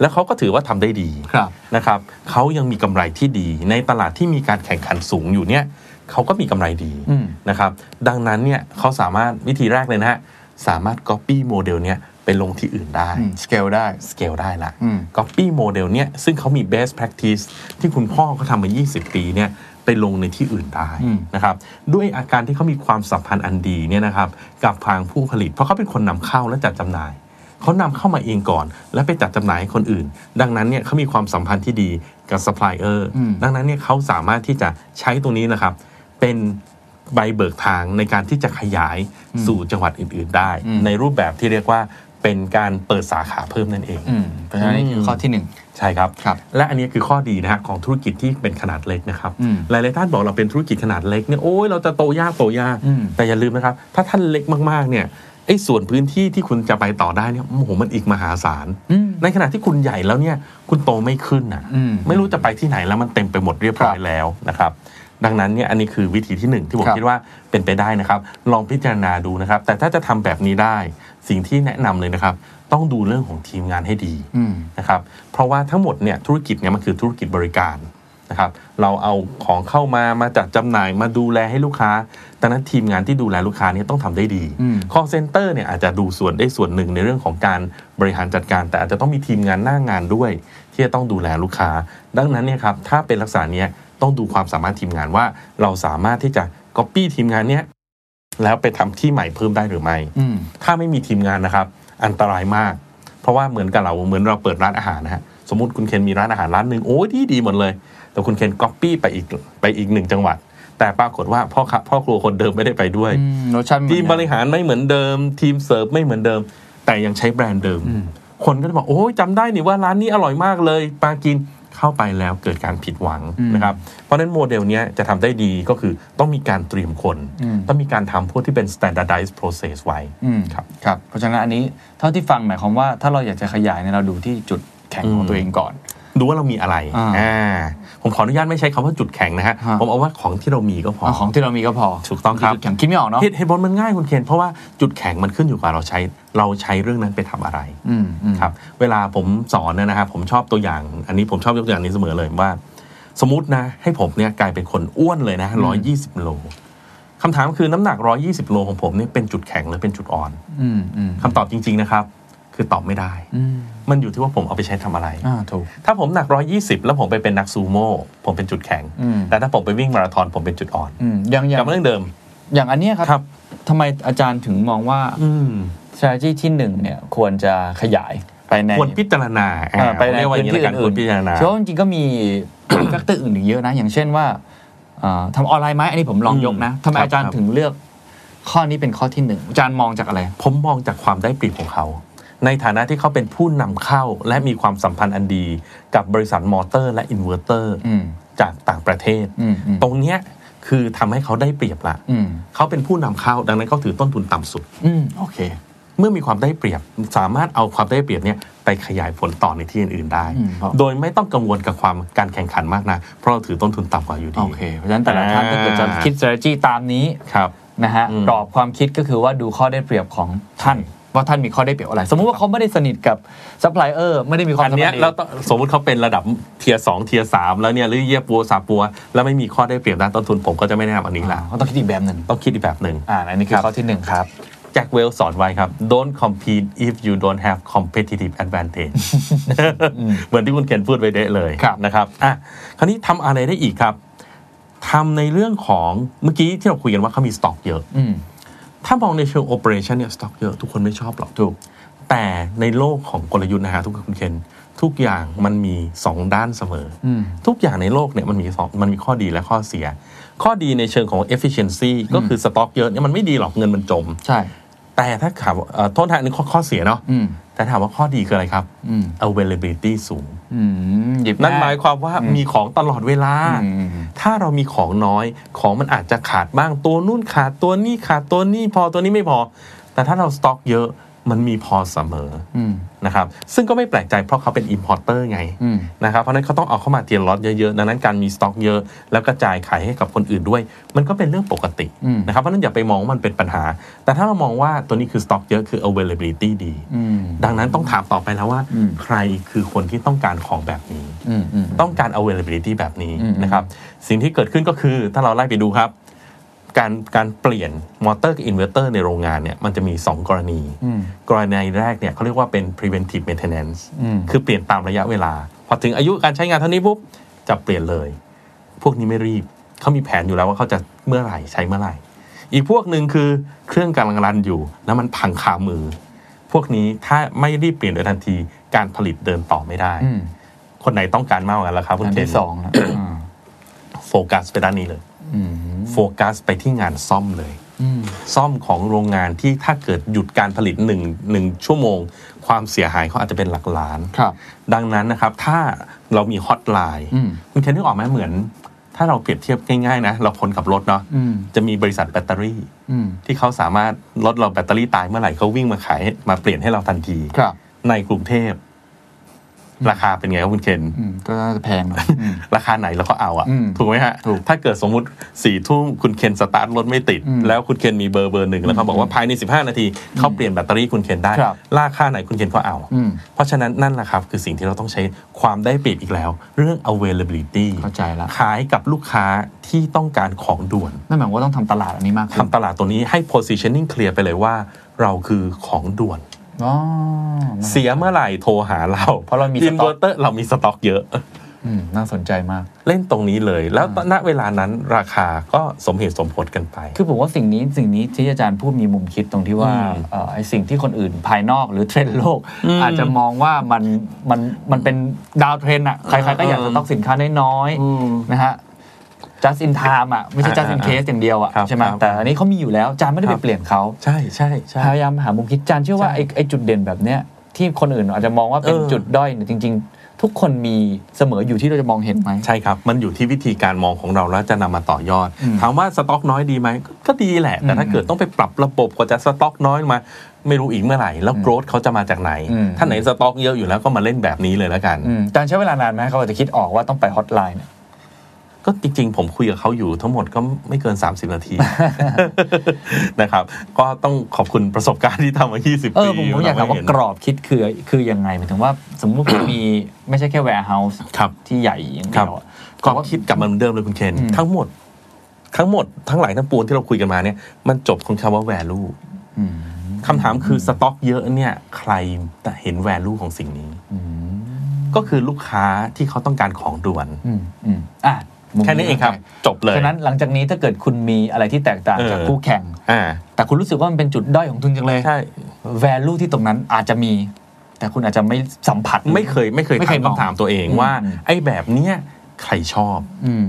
D: แล้วเขาก็ถือว่าทำได้ดี
C: ครับ
D: นะครับเขายังมีกำไรที่ดี ในตลาดที่มีการแข่งขันสูงอยู่เนี่ยเขาก็มีกำไรดี
C: อืม
D: นะครับดังนั้นเนี่ยเขาสามารถวิธีแรกเลยนะฮะสามารถ Copy โมเดลเนี่ยไปลงที่อื่นได้
C: อืม สเกลได้
D: สเกลได้ละ
C: อืม
D: Copy โมเดลเนี่ยซึ่งเขามี best practice ที่คุณพ่อเขาทำมา 20 ปีเนี่ยไปลงในที่อื่นได้
C: อืม
D: นะครับด้วยอาการที่เขามีความสัมพันธ์อันดีเนี่ยนะครับกับทางผู้ผลิต เพราะเขาเป็นคนนำเข้าและจัดจำหน่าย เขานำเข้ามาเองก่อน แล้วไปจัดจำหน่ายให้คนอื่น ดังนั้นเนี่ยเขามีความสัมพันธ์ที่ดีกับซัพพลายเออร์
C: อืม
D: ดังนั้นเนี่ยเขาสามารถที่จะใช้ตรงนี้นะครับเป็นใบเบิกทางในการที่จะขยายสู่จังหวัดอื่น ๆ ได้ ในรูปแบบที่เรียกว่าเป็นการเปิดสาขาเพิ่มนั่นเอง
C: อืมเพราะฉะนั้นนี่คือข้อที่หนึ่ง
D: ใช่ครับ
C: ครับ
D: และอันนี้คือข้อดีนะฮะของธุรกิจที่เป็นขนาดเล็กนะครับ
C: อืม
D: หลายๆท่านบอกเราเป็นธุรกิจขนาดเล็กเนี่ยโอ้ยเราจะโตยากโตยาก
C: อืม
D: แต่อย่าลืมนะครับ ถ้าท่านเล็กมากๆเนี่ยไอ้ส่วนพื้นที่ที่คุณจะไปต่อได้เนี่ยโอ้โหมันอีกมหาศาล
C: อืม
D: ในขณะที่คุณใหญ่แล้วเนี่ยคุณโตไม่ขึ้นอ่ะ
C: อืม
D: ไม่รู้จะไปที่ไหนแล้วมันเต็มไปหมดเรียบร้อย
C: ครับ
D: แล้วนะครับดังนั้นเนี่ยอันนี้คือวิธีที่หนึ่งที่ผม
C: ครับ
D: คิดว่าเป็นไปได้นะครับ ลองพิจารณาดูนะครับ แต่ถ้าจะทำแบบนี้ได้สิ่งที่แนะนำเลยนะครับ ต้องดูเรื่องของทีมงานให้ดี
C: อืม
D: นะครับเพราะว่าทั้งหมดเนี่ยธุรกิจเนี่ยมันคือธุรกิจบริการนะครับเราเอาของเข้ามามาจัดจำหน่ายมาดูแลให้ลูกค้าดังนั้นทีมงานที่ดูแลลูกค้าเนี่ยต้องทำได้ดี
C: อืม
D: call center เนี่ยอาจจะดูส่วนได้ส่วนหนึ่งในเรื่องของการบริหารจัดการ แต่อาจจะต้องมีทีมงานหน้างานด้วย ที่จะต้องดูแลลูกค้า ดังนั้นเนี่ยครับถ้าเป็นลักษณะเนี้ยต้องดูความสามารถทีมงานว่า เราสามารถที่จะ copy ทีมงานเนี้ยแล้วไปทำที่ใหม่เพิ่มได้หรือไม่
C: อืม
D: ถ้าไม่มีทีมงานนะครับ อันตรายมาก เพราะว่าเหมือนกับเราเหมือนเราเปิดร้านอาหารนะฮะสมมติคุณเคนมีร้านอาหารร้านหนึ่งโอ้ยดีดีหมดเลย แต่คุณเคนก๊อปปี้ไปอีกไปอีกหนึ่งจังหวัด แต่ปรากฏว่าพ่อค้าพ่อครัวคนเดิมไม่ได้ไปด้วย
C: อืมรสชาติ
D: ทีมบ
C: มัน
D: ริหารไม่เหมือนเดิม ทีมเสิร์ฟไม่เหมือนเดิม แต่ยังใช้แบรนด์เดิม คนก็จะบอกโอ้ยจำได้นี่ว่าร้านนี้อร่อยมากเลยมากินเข้าไปแล้วเกิดการผิดหวัง
C: อืม
D: นะครับเพราะฉะนั้นโมเดลเนี้ยจะทำได้ดีก็คือต้องมีการเตรียมคน
C: อืม
D: ต้องมีการทำพวกที่เป็น standardized process ไว้
C: อืม
D: ครับ
C: ครับ เพราะฉะนั้นอันนี้เท่าที่ฟังหมายความว่าถ้าเราอยากจะขยายเนี่ยเราดูที่จุดแข็งของ
D: อืม
C: ตัวเองก่อน
D: ดูว่าเรามีอะไร
C: อ่า
D: อ่าผมขออนุญาตไม่ใช้คำว่าจุดแข็งนะฮะ
C: ฮะ
D: ผมเอาว่าของที่เรามีก็พอ
C: เอาของที่เรามีก็พอ
D: ถูกต้องครับ
C: จุดแข็งคิดไม่ออกเนาะ
D: เหตุเหตุผลมันง่ายคุณเคนเพราะว่าจุดแข็งมันขึ้นอยู่กับเราใช้เราใช้เรื่องนั้นไปทำอะไร
C: อืมอืม
D: ครับเวลาผมสอนเนี่ยนะครับผมชอบตัวอย่าง อันนี้ผมชอบยกตัวอย่างนี้เสมอเลยว่า สมมตินะ ให้ผมเนี่ยกลายเป็นคนอ้วนเลยนะ
C: อืม
D: ร้อยยี่สิบโลคำถามคือน้ำหนักร้อยี่สิบโลของผมเนี่ยเป็นจุดแข็งหรือเป็นจุดอ่อน
C: อืมอืม
D: คำตอบจริง ๆนะครับ คือตอบไม่ได้
C: อืม
D: มันอยู่ที่ว่าผมเอาไปใช้ทำอะไร
C: อ่าถูก
D: ถ้าผมหนักร้อยี่สิบแล้วผมไปเป็นนักซูโม่ผมเป็นจุดแข็ง
C: อืม
D: แต่ถ้าผมไปวิ่งมาราธอนผมเป็นจุดอ่อน
C: อืมอย่างอก ย่า
D: ลับ
C: ง
D: มาเรื่องเดิม
C: อย่างอันเนี้ยค
D: ครั
C: รับ ทำไมอาจารย์ถึงมองว่า
D: อืม
C: strategy ที่หนึ่งเนี่ยควรจะขยายไปใน
D: ควรพิจารณา
C: เอ่อไป
D: ผม
C: ใน
D: เรียกว่าอย่าง
C: พื้น
D: นี้
C: ที่
D: ละกันค
C: อื่
D: วน รพิจารณา
C: ๆเชื่อว่าจริงๆก็มี แฟกเตอร์อื่นอีกเยอะนะ อย่างเช่นว่าเอ่อทำออนไลน์ไหมอันนี้ผมลองยกนะ
D: อืม
C: ทำไม
D: ครับ
C: อาจาร
D: ครั
C: ย์
D: บ
C: ถึงเลือกข้อนี้เป็นข้อที่หนึ่งอาจารย์มองจากอะไร
D: ผมมองจากความได้เปรียบของเขา ในฐานะที่เขาเป็นผู้นำเข้าและมีความสัมพันธ์อันดี กับบริษัทมอเตอร์และอินเวอร์เตอร์
C: อืม
D: จากต่างประเทศ
C: อืมอืม
D: ตรงเนี้ยคือทำให้เขาได้เปรียบละ
C: อืม
D: เขาเป็นผู้นำเข้าดังนั้นเขาถือต้นทุนต่ำสุด
C: อืมโอเค
D: เมื่อมีความได้เปรียบสามารถเอาความได้เปรียบเนี่ยไปขยายผลต่อในที่อื่นๆได้
C: อืมครับ
D: โดยไม่ต้องกังวลกับความการแข่งขันมากนะเพราะเราถือต้นทุนต่ำกว่าอยู่ดี
C: โอเค เพราะฉะนั้นแต่ละท่านก็
D: อ่า
C: เกิดจะคิด strategy ตามนี้
D: ครับ
C: นะฮะ
D: อืม
C: กรอบความคิดก็คือว่าดูข้อได้เปรียบของท่าน ว่าท่านมีข้อได้เปรียบอะไร สมมุติว่าเขาไม่ได้สนิทกับซัพพลายเออร์ไม่ได้มีความ
D: อัน
C: สัม
D: เนี้
C: พั
D: ย
C: นธ์ดี
D: เราต้องสมมติเขาเป็นระดับเทียสองเทียสามแล้วเนี่ยหรือเยียปัวซาปัว แล้วไม่มีข้อได้เปรียบด้านต้นทุนผมก็จะไม่แนะนำอันนี้ละ
C: ต้องคิดอีกแบบหนึ่ง
D: ต้องคิดอีกแบบหนึ่ง
C: อ่าอันนี้คื
D: ครั
C: อบ ข้อที่หนึ่งครับ
D: แจ็คเวลสอนไว้ครับ don't compete if you don't have competitive advantage เหมือนที่คุณเคนพูดไว้เดะเลย
C: ครับ
D: นะครับอ่ะคราวนี้ทำอะไรได้อีกครับทำในเรื่องของเมื่อกี้ที่เราคุยกันว่าเขามีสต็อกเยอะ
C: อืม
D: ถ้ามองในเชิงโอเปอเรชันเนี่ยสต็อกเยอะทุกคนไม่ชอบหรอกถูก แต่ในโลกของกลยุทธ์นะฮะทุกคุณเคนทุกอย่างมันมี 2 ด้านเสมออทุกอย่างในโลกเนี่ยมันมีสองมันมีข้อดีและข้อเสีย ข้อดีในเชิงของ efficiency ก็คือสต็อกเยอะเนี่ยมันไม่ดีหรอกเงินมันจม
C: ใช่
D: แต่ถ้าถามว่าเอ่อโทษนะอันนี่ข้อข้อเสียเนาะ
C: อืม
D: แต่ถามว่าข้อดีคืออะไรครับ
C: อืม
D: availability สูง
C: อืมหยิบ
D: นั่นหมาย
C: ค
D: ความว่ามีของตลอดเวลา
C: วาม
D: ถ้าเรามีของน้อยของมันอาจจะขาดบ้างตัวนู่นขาดตัวนี่ขาดตัวนี่พอตัวนี้ไม่พอ แต่ถ้าเราสต็อกเยอะมันมีพอเสมอ
C: อืม
D: นะครับซึ่งก็ไม่แปลกใจเพราะเขาเป็น importer ไง
C: อืม
D: นะครับเพราะฉะนั้นเขาต้องเอาเข้ามาเทียนล็อตเยอะๆดังนั้นการมีสต็อกเยอะ แล้วกระจายขายให้กับคนอื่นด้วย มันก็เป็นเรื่องปกติ
C: อืม
D: นะครับเพราะฉะนั้นอย่าไปมองว่ามันเป็นปัญหา แต่ถ้าเรามองว่าตัวนี้คือสต็อกเยอะคือ availability ดี
C: อืม
D: ดังนั้นต้องถามต่อไปแล้วว่า
C: อืม
D: ใครคือคนที่ต้องการของแบบนี้
C: อืมอืม
D: ต้องการ availability แบบนี้
C: อืม
D: นะครับสิ่งที่เกิดขึ้นก็คือถ้าเราไล่ไปดูครับ การการเปลี่ยนมอเตอร์กับอินเวอร์เตอร์ในโรงงานเนี่ยมันจะมี 2 กรณี
C: อืม
D: กรณีแรกเนี่ยเขาเรียกว่าเป็น preventive maintenance
C: อืม
D: คือเปลี่ยนตามระยะเวลา พอถึงอายุการใช้งานเท่านี้ปุ๊บจะเปลี่ยนเลย พวกนี้ไม่รีบเขามีแผนอยู่แล้วว่าเขาจะเมื่อไหร่ใช้เมื่อไหร่ อีกพวกหนึ่งคือเครื่องกำลังรันอยู่ แล้วมันพังคามือ พวกนี้ถ้าไม่รีบเปลี่ยนโดยทันทีการผลิตเดินต่อไม่ได้
C: อืม
D: คนไหนต้องการมากกว่ากันล่ะครับคุณ
C: อัน
D: เคน
C: ที่สองนะอ่า
D: โฟกัสไปด้านนี้เลย
C: อืม
D: โฟกัสไปที่งานซ่อมเลย
C: อืม
D: ซ่อมของโรงงานที่ถ้าเกิดหยุดการผลิตหนึ่งหนึ่งชั่วโมง ความเสียหายเขาอาจจะเป็นหลักล้าน
C: ครับ
D: ดังนั้นนะครับ ถ้าเรามีฮอตไลน์
C: อืม
D: คุณเคนนึกออกไหมเหมือน ถ้าเราเปรียบเทียบง่ายๆนะ เราคนขับรถเนาะ
C: อืม
D: จะมีบริษัทแบตเตอรี่
C: อืม
D: ที่เขาสามารถลดเราแบตเตอรี่ตายเมื่อไหร่เขาวิ่งมาขายให้มาเปลี่ยนให้เราทันที
C: ครับ
D: ในกรุงเทพ ราคาเป็นไงครับคุณเคน
C: อืม ก็น่าจะแพงหน่อย อืม
D: ราคาไหนเราก็เอาอะ
C: อืม
D: ถูกไหมฮะ
C: ถูก
D: ถ้าเกิดสมมุติสี่ทุ่มคุณเคนสตาร์ทรถไม่ติด
C: อืม
D: แล้วคุณเคนมีเบอร์เบอร์หนึ่งแล้วเขาบอกว่าภายใน 15 นาทีเขาเปลี่ยนแบตเตอรี่คุณเคนได้
C: ครับ
D: ราคาไหนคุณเคนก็เอา
C: อืม
D: เพราะฉะนั้นนั่นแหละครับ คือสิ่งที่เราต้องใช้ความได้เปรียบอีกแล้ว เรื่อง availability
C: เข้าใจละ
D: ขายกับลูกค้าที่ต้องการของด่วน
C: นั่นหมายความว่าต้องทำตลาดอันนี้มากขึ้น
D: ทำตลาดตัวนี้ให้ positioning clear ไปเลยว่า เราคือของด่วน
C: อ๋อ
D: เสียเมื่อไหร่โทรหาเรา
C: เพราะเรามี
D: อิน
C: สต็อ
D: เวอก ร์เตอร์เรามีสต็อกเยอะ
C: อืม น่าสนใจมาก
D: เล่นตรงนี้เลยแล้วณเวลานั้นราคาก็สมเหตุสมผลกันไป
C: คือผมว่าสิ่งนี้สิ่งนี้ที่อาจารย์พูดมีมุมคิดตรงที่ว่า
D: อืม
C: เอ่อไอสิ่งที่คนอื่นภายนอกหรือเทรนด์โลก
D: อืม
C: อาจจะมองว่ามันมันมันเป็นดาวเทรนด์อะใครๆก็อยากจะต้องสินค้าน้อย
D: อืม
C: ๆนะฮะ just in time อะไม่ใช่ just in
D: อ่า
C: case อย่างเดียวอะ
D: ครับ
C: ใช่ไหม
D: ครับ
C: แต่อันนี้เขามีอยู่แล้วจานไม่ได้
D: ค
C: ไป
D: รับ
C: เปลี่ยนเขา
D: ใช่ใช่ใช่
C: พยายามหามุมคิดจานเชื่อว่าไอไอจุดเด่นแบบเนี้ยที่คนอื่นอาจจะมองว่าเป็น
D: เออ
C: จุดด้อยเนี่ยจริง ๆ ทุกคนมีเสมออยู่ที่เราจะมองเห็นไหม
D: ใช่ครับ มันอยู่ที่วิธีการมองของเราแล้วจะนำมาต่อยอด
C: อืม
D: ถามว่าสต็อกน้อยดีไหมก็ก็ดีแหละ แต่ถ้าเกิดต้องไปปรับระบบกว่าจะสต็อกน้อยมา ไม่รู้อีกเมื่อไหร่ แล้วโกรธเขาจะมาจากไหน
C: อืม
D: ถ้าไหนสต็อกเยอะอยู่แล้วก็มาเล่นแบบนี้เลยแล้วกัน
C: อืมจานใช้เวลานานไหมเขาอาจจะคิดออกว่าต้องไปฮอตไลน์เนี่ย
D: ก็จริงๆ ผมคุยกับเขาอยู่ทั้งหมดก็ไม่เกิน 30 นา ที นะครับ ก็ต้องขอบคุณประสบการณ์ที่ทำมา 20
C: เอ
D: ปี
C: อผมผมอยากถามว่ากรอบคิดคือคือยังไงหมายถึงว่าสมมุติ ผมมี ไม่ใช่แค่ warehouse
D: ครับ
C: ที่ใหญ่อย่าง
D: ค
C: เดีย
D: รับ
C: วอะ
D: ก็คิดกลับมาเหมือนเดิมเลยคุณเคน
C: อืม
D: ทั้งหมด ทั้งหมดทั้งหลายทั้งปวงที่เราคุยกันมาเนี่ยมันจบตรงคำว่า value
C: อืม
D: คำถามคือสต็อกเยอะเนี่ยใครเห็น value ของสิ่งนี้
C: อืม
D: ก็คือลูกค้าที่เขาต้องการของด่วน
C: อืมอืมอ่ะมุม
D: แค่นี้เองครับ จบเลย
C: ฉะนั้นหลังจากนี้ถ้าเกิดคุณมีอะไรที่แตกต่าง
D: เออ
C: จากคู่แข่ง
D: อ่า
C: แต่คุณรู้สึกว่ามันเป็นจุดด้อยของคุณจังเลย
D: ใช่
C: value ที่ตรงนั้นอาจจะมี แต่คุณอาจจะไม่สัมผัส
D: ไม่เคยไม่เคย
C: ไม่เคย
D: ถาม
C: มอง
D: คำถามตัวเองว่า
C: อืม
D: ไอ้แบบเนี้ยใครชอบ
C: อืม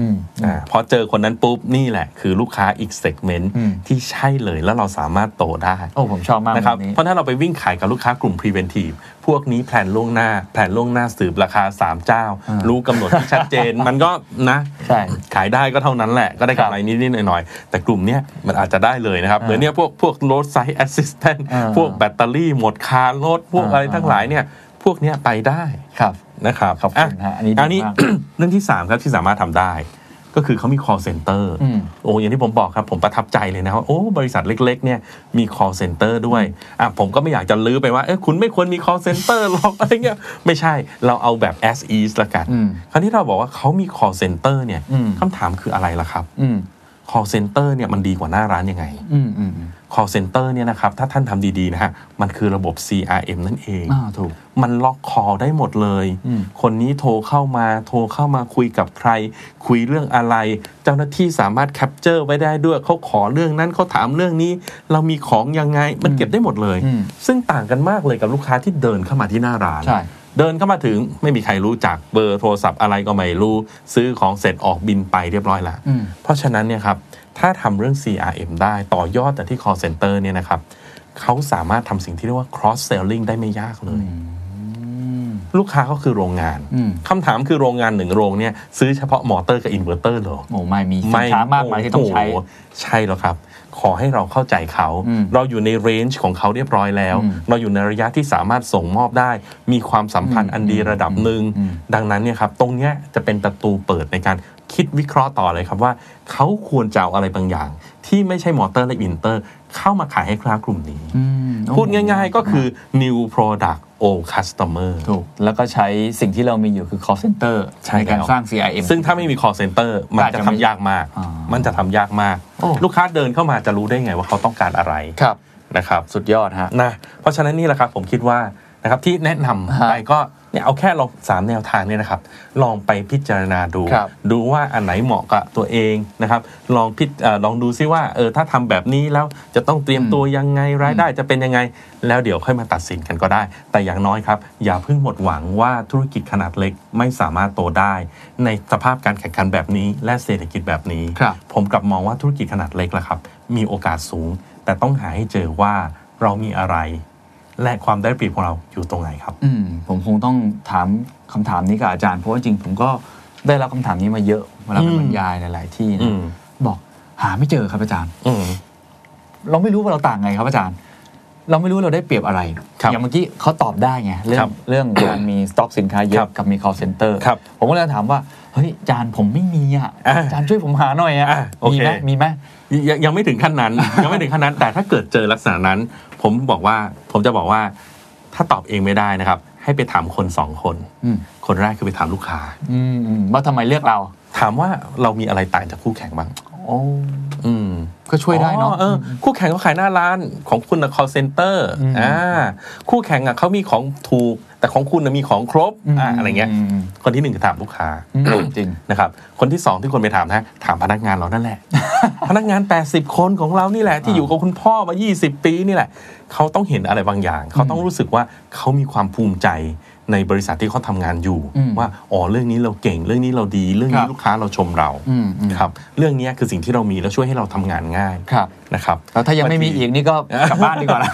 C: อืม
D: อ่าพอเจอคนนั้นปุ๊บนี่แหละ คือลูกค้าอีกเซกเมนต์
C: อืม
D: ที่ใช่เลยแล้วเราสามารถโตได้
C: โอ้ผมชอบมาก
D: นะครับ
C: แบบนี้
D: เพราะถ้าเราไปวิ่งขายกับลูกค้ากลุ่ม preventive พวกนี้แผนล่วงหน้า แผนล่วงหน้าสืบราคา 3 เจ้า
C: อ่ารู้
D: รู้กำหนดที่ชัดเจน มันก็นะ
C: ใช่
D: ขายได้ก็เท่านั้นแหละ ก็ได้
C: ครับ
D: กำไรนิดๆหน่อยๆ แต่กลุ่มเนี้ยมันอาจจะได้เลยนะครับ
C: อ่า
D: เหมือนเนี่ยพวกพวก road side assistant
C: อ่า
D: พวกแบตเตอรี่หมดคารถ พวก
C: อ่า
D: อะไรทั้งหลายเนี่ย พวกเนี้ยไปได้
C: ครับ
D: นะครับ
C: ขอบคุณฮะอันนี้ดี
D: อันนี้
C: มาก
D: เรื่องที่ 3 ครับที่สามารถทำได้ ก็คือเขามี call center
C: อืม
D: โอ้อย่างที่ผมบอกครับผมประทับใจเลยนะว่าโอ้บริษัทเล็กๆเนี่ยมี call center ด้วยอ่ะผมก็ไม่อยากจะลื้อไปว่าเอ้ยคุณไม่ควรมี call center หรอก อะไรเงี้ยไม่ใช่เราเอาแบบ as is ละกัน
C: อืม
D: คราวนี้เราบอกว่าเขามี call center เนี่ย
C: อืม
D: คำถามคืออะไรล่ะครับ
C: อืม
D: call center เนี่ยมันดีกว่าหน้าร้านยังไง
C: อืมอืมอืม
D: call center เนี่ยนะครับถ้าท่านทำดีๆนะฮะมันคือระบบ CRM นั่นเอง
C: อ่าถูก
D: มันล็อกคอได้หมดเลย
C: อืม
D: คนนี้โทรเข้ามาโทรเข้ามาคุยกับใคร คุยเรื่องอะไร เจ้าหน้าที่สามารถแคปเจอร์ไว้ได้ด้วยเขาขอเรื่องนั้นเขาถามเรื่องนี้ เรามีของยังไงมันเก็บได้หมดเลย
C: อืม
D: ซึ่งต่างกันมากเลยกับลูกค้าที่เดินเข้ามาที่หน้าร้าน
C: ใช่
D: เดินเข้ามาถึงไม่มีใครรู้จักเบอร์โทรศัพท์อะไรก็ไม่รู้ ซื้อของเสร็จออกบินไปเรียบร้อยแล้ว
C: อืม
D: เพราะฉะนั้นเนี่ยครับถ้าทำเรื่อง CRM ได้ต่อยอดจากที่ call center เนี่ยนะครับเขาสามารถทำสิ่งที่เรียกว่า cross selling ได้ไม่ยากเลย ลูกค้าเขาคือโรงงาน
C: อืม
D: คำถามคือโรงงานหนึ่งโรงเนี่ยซื้อเฉพาะมอเตอร์กับอินเวอร์เตอร์เหรอ
C: โอ้ไม่มีสินค้ามากมายที่ต้องใช้
D: โโหใช่แล้วครับ ขอให้เราเข้าใจเขา
C: อืม
D: เราอยู่ในเรนจ์ของเขาเรียบร้อยแล้ว
C: อืม
D: เราอยู่ในระยะที่สามารถส่งมอบได้ มีความสัมพันธ์อันดีระดับหนึ่ง
C: อืม
D: ดังนั้นเนี่ยครับตรงเนี้ยจะเป็นประตูเปิดในการคิดวิเคราะห์ต่อเลยครับว่า เขาควรจะเอาอะไรบางอย่าง ที่ไม่ใช่มอเตอร์และอินเตอร์ เข้ามาขายให้ลูกค้ากลุ่มนี้
C: อืมโอ้
D: พูดง่าย ๆ ก็คือ new product old customer
C: ถูก แล้วก็ใช้สิ่งที่เรามีอยู่คือ call center
D: ใช่
C: ในการ
D: แล้ว
C: สร้าง CRM
D: ซึ่งถ้าไม่มี call center มันจะทำยากมาก
C: อ่ามั
D: มันจะทำยากมาก
C: โอ้
D: ลูกค้าเดินเข้ามาจะรู้ได้ไงว่าเขาต้องการอะไร
C: ครับ
D: นะครับ
C: สุดยอดฮะ
D: นะ เพราะฉะนั้นนี่แหละครับผมคิดว่านะครับที่แนะนำ
C: ฮะ
D: ไปก็เนี่ยเอาแค่ลองสามแนวทางเนี่ยนะครับ ลองไปพิจารณาดู
C: ครับ
D: ดูว่าอันไหนเหมาะกับตัวเองนะครับ ลองพิจเอ่อลองดูซิว่าเออถ้าทำแบบนี้แล้วจะต้องเตรียม
C: อืม
D: ตัวยังไงรายได้จะเป็นยังไง แล้วเดี๋ยวค่อยมาตัดสินกันก็ได้ แต่อย่างน้อยครับ อย่าเพิ่งหมดหวังว่าธุรกิจขนาดเล็กไม่สามารถโตได้ ในสภาพการแข่งขันแบบนี้ และเศรษฐกิจแบบนี้
C: ครับ
D: ผมกลับมองว่าธุรกิจขนาดเล็กละครับ มีโอกาสสูง แต่ต้องหาให้เจอว่าเรามีอะไร และความได้เปรียบของเราอยู่ตรงไหนครับ
C: อืมผมคงต้องถามคำถามนี้กับอาจารย์ เพราะว่าจริงผมก็ได้รับคำถามนี้มาเยอะเวลาไป
D: อืม
C: บรรยายหลาย ๆ ที่
D: อื
C: นะ
D: ม
C: บอกหาไม่เจอครับอาจารย์
D: อืม
C: เราไม่รู้ว่าเราต่างไงครับอาจารย์ เราไม่รู้เราได้เปรียบอะไร
D: ครับ
C: อย่างเมื่อกี้เขาตอบได้ไงเรื่อ
D: ครั
C: ง
D: บ
C: เรื่องการมีสต็อกสินค้าเย
D: ครั
C: อะ
D: บ
C: กับมี call center
D: ครับ
C: ผมก็เลยถามว่าเฮ้ยอาจารย์ผมไม่มีอ่ะ
D: อ่า
C: อาจารย์ช่วยผมหาหน่อยอ่ะ
D: อ่าโอ
C: มี
D: เค
C: ไหมมีไหม
D: ยังยังไม่ถึงขั้น นั้น ยังไม่ถึงขั้นนั้น แต่ถ้าเกิดเจอลักษณะนั้น ผมบอกว่าผมจะบอกว่าถ้าตอบเองไม่ได้นะครับ ให้ไปถามคนสองคน
C: อืม
D: คนแรกคือไปถามลูกค้า
C: อืมอืมว่าทำไมเลือกเรา
D: ถามว่าเรามีอะไรต่างจากคู่แข่งบ้าง
C: โอ้
D: อืม
C: ก็ช่วยได้เนาะ
D: อ๋อออคู่แข่งเขาขายหน้าร้านของคุณนะ call center
C: อืม
D: อ่าคู่แข่งอ่ะเขามีของถูก แต่ของคุณนะมีของครบ
C: ม
D: อ่าอะไรเงี้ย
C: ม
D: คนที่หนึ่งคือถามลูกค้า
C: อืมจริง
D: นะครับคนที่สองที่คนไปถามนะถามพนักงานเรานั่น แหละ พนักงาน 80 คนของเรานี่แหละ ที่
C: อ่า
D: อยู่กับคุณพ่อมา 20 ปีนี่แหละเขาต้องเห็นอะไรบางอย่าง เขาต้องรู้สึกว่าเขามีความภูมิใจในบริษัทที่เขาทำงานอยู่
C: อืม
D: ว่าอ๋อเรื่องนี้เราเก่งเรื่องนี้เราดีเรื่อง
C: ค
D: นี้
C: รับ
D: ลูกค้าเราชมเรา
C: อืมอืม
D: ครับเรื่องเนี้ยคือสิ่งที่เรามีแล้วช่วยให้เราทำงานง่าย
C: ครับ
D: นะครับ
C: แล้วถ้ายังไม่มี
D: บงที
C: อีกนี่ก็กลับบ้านดีกว่านะ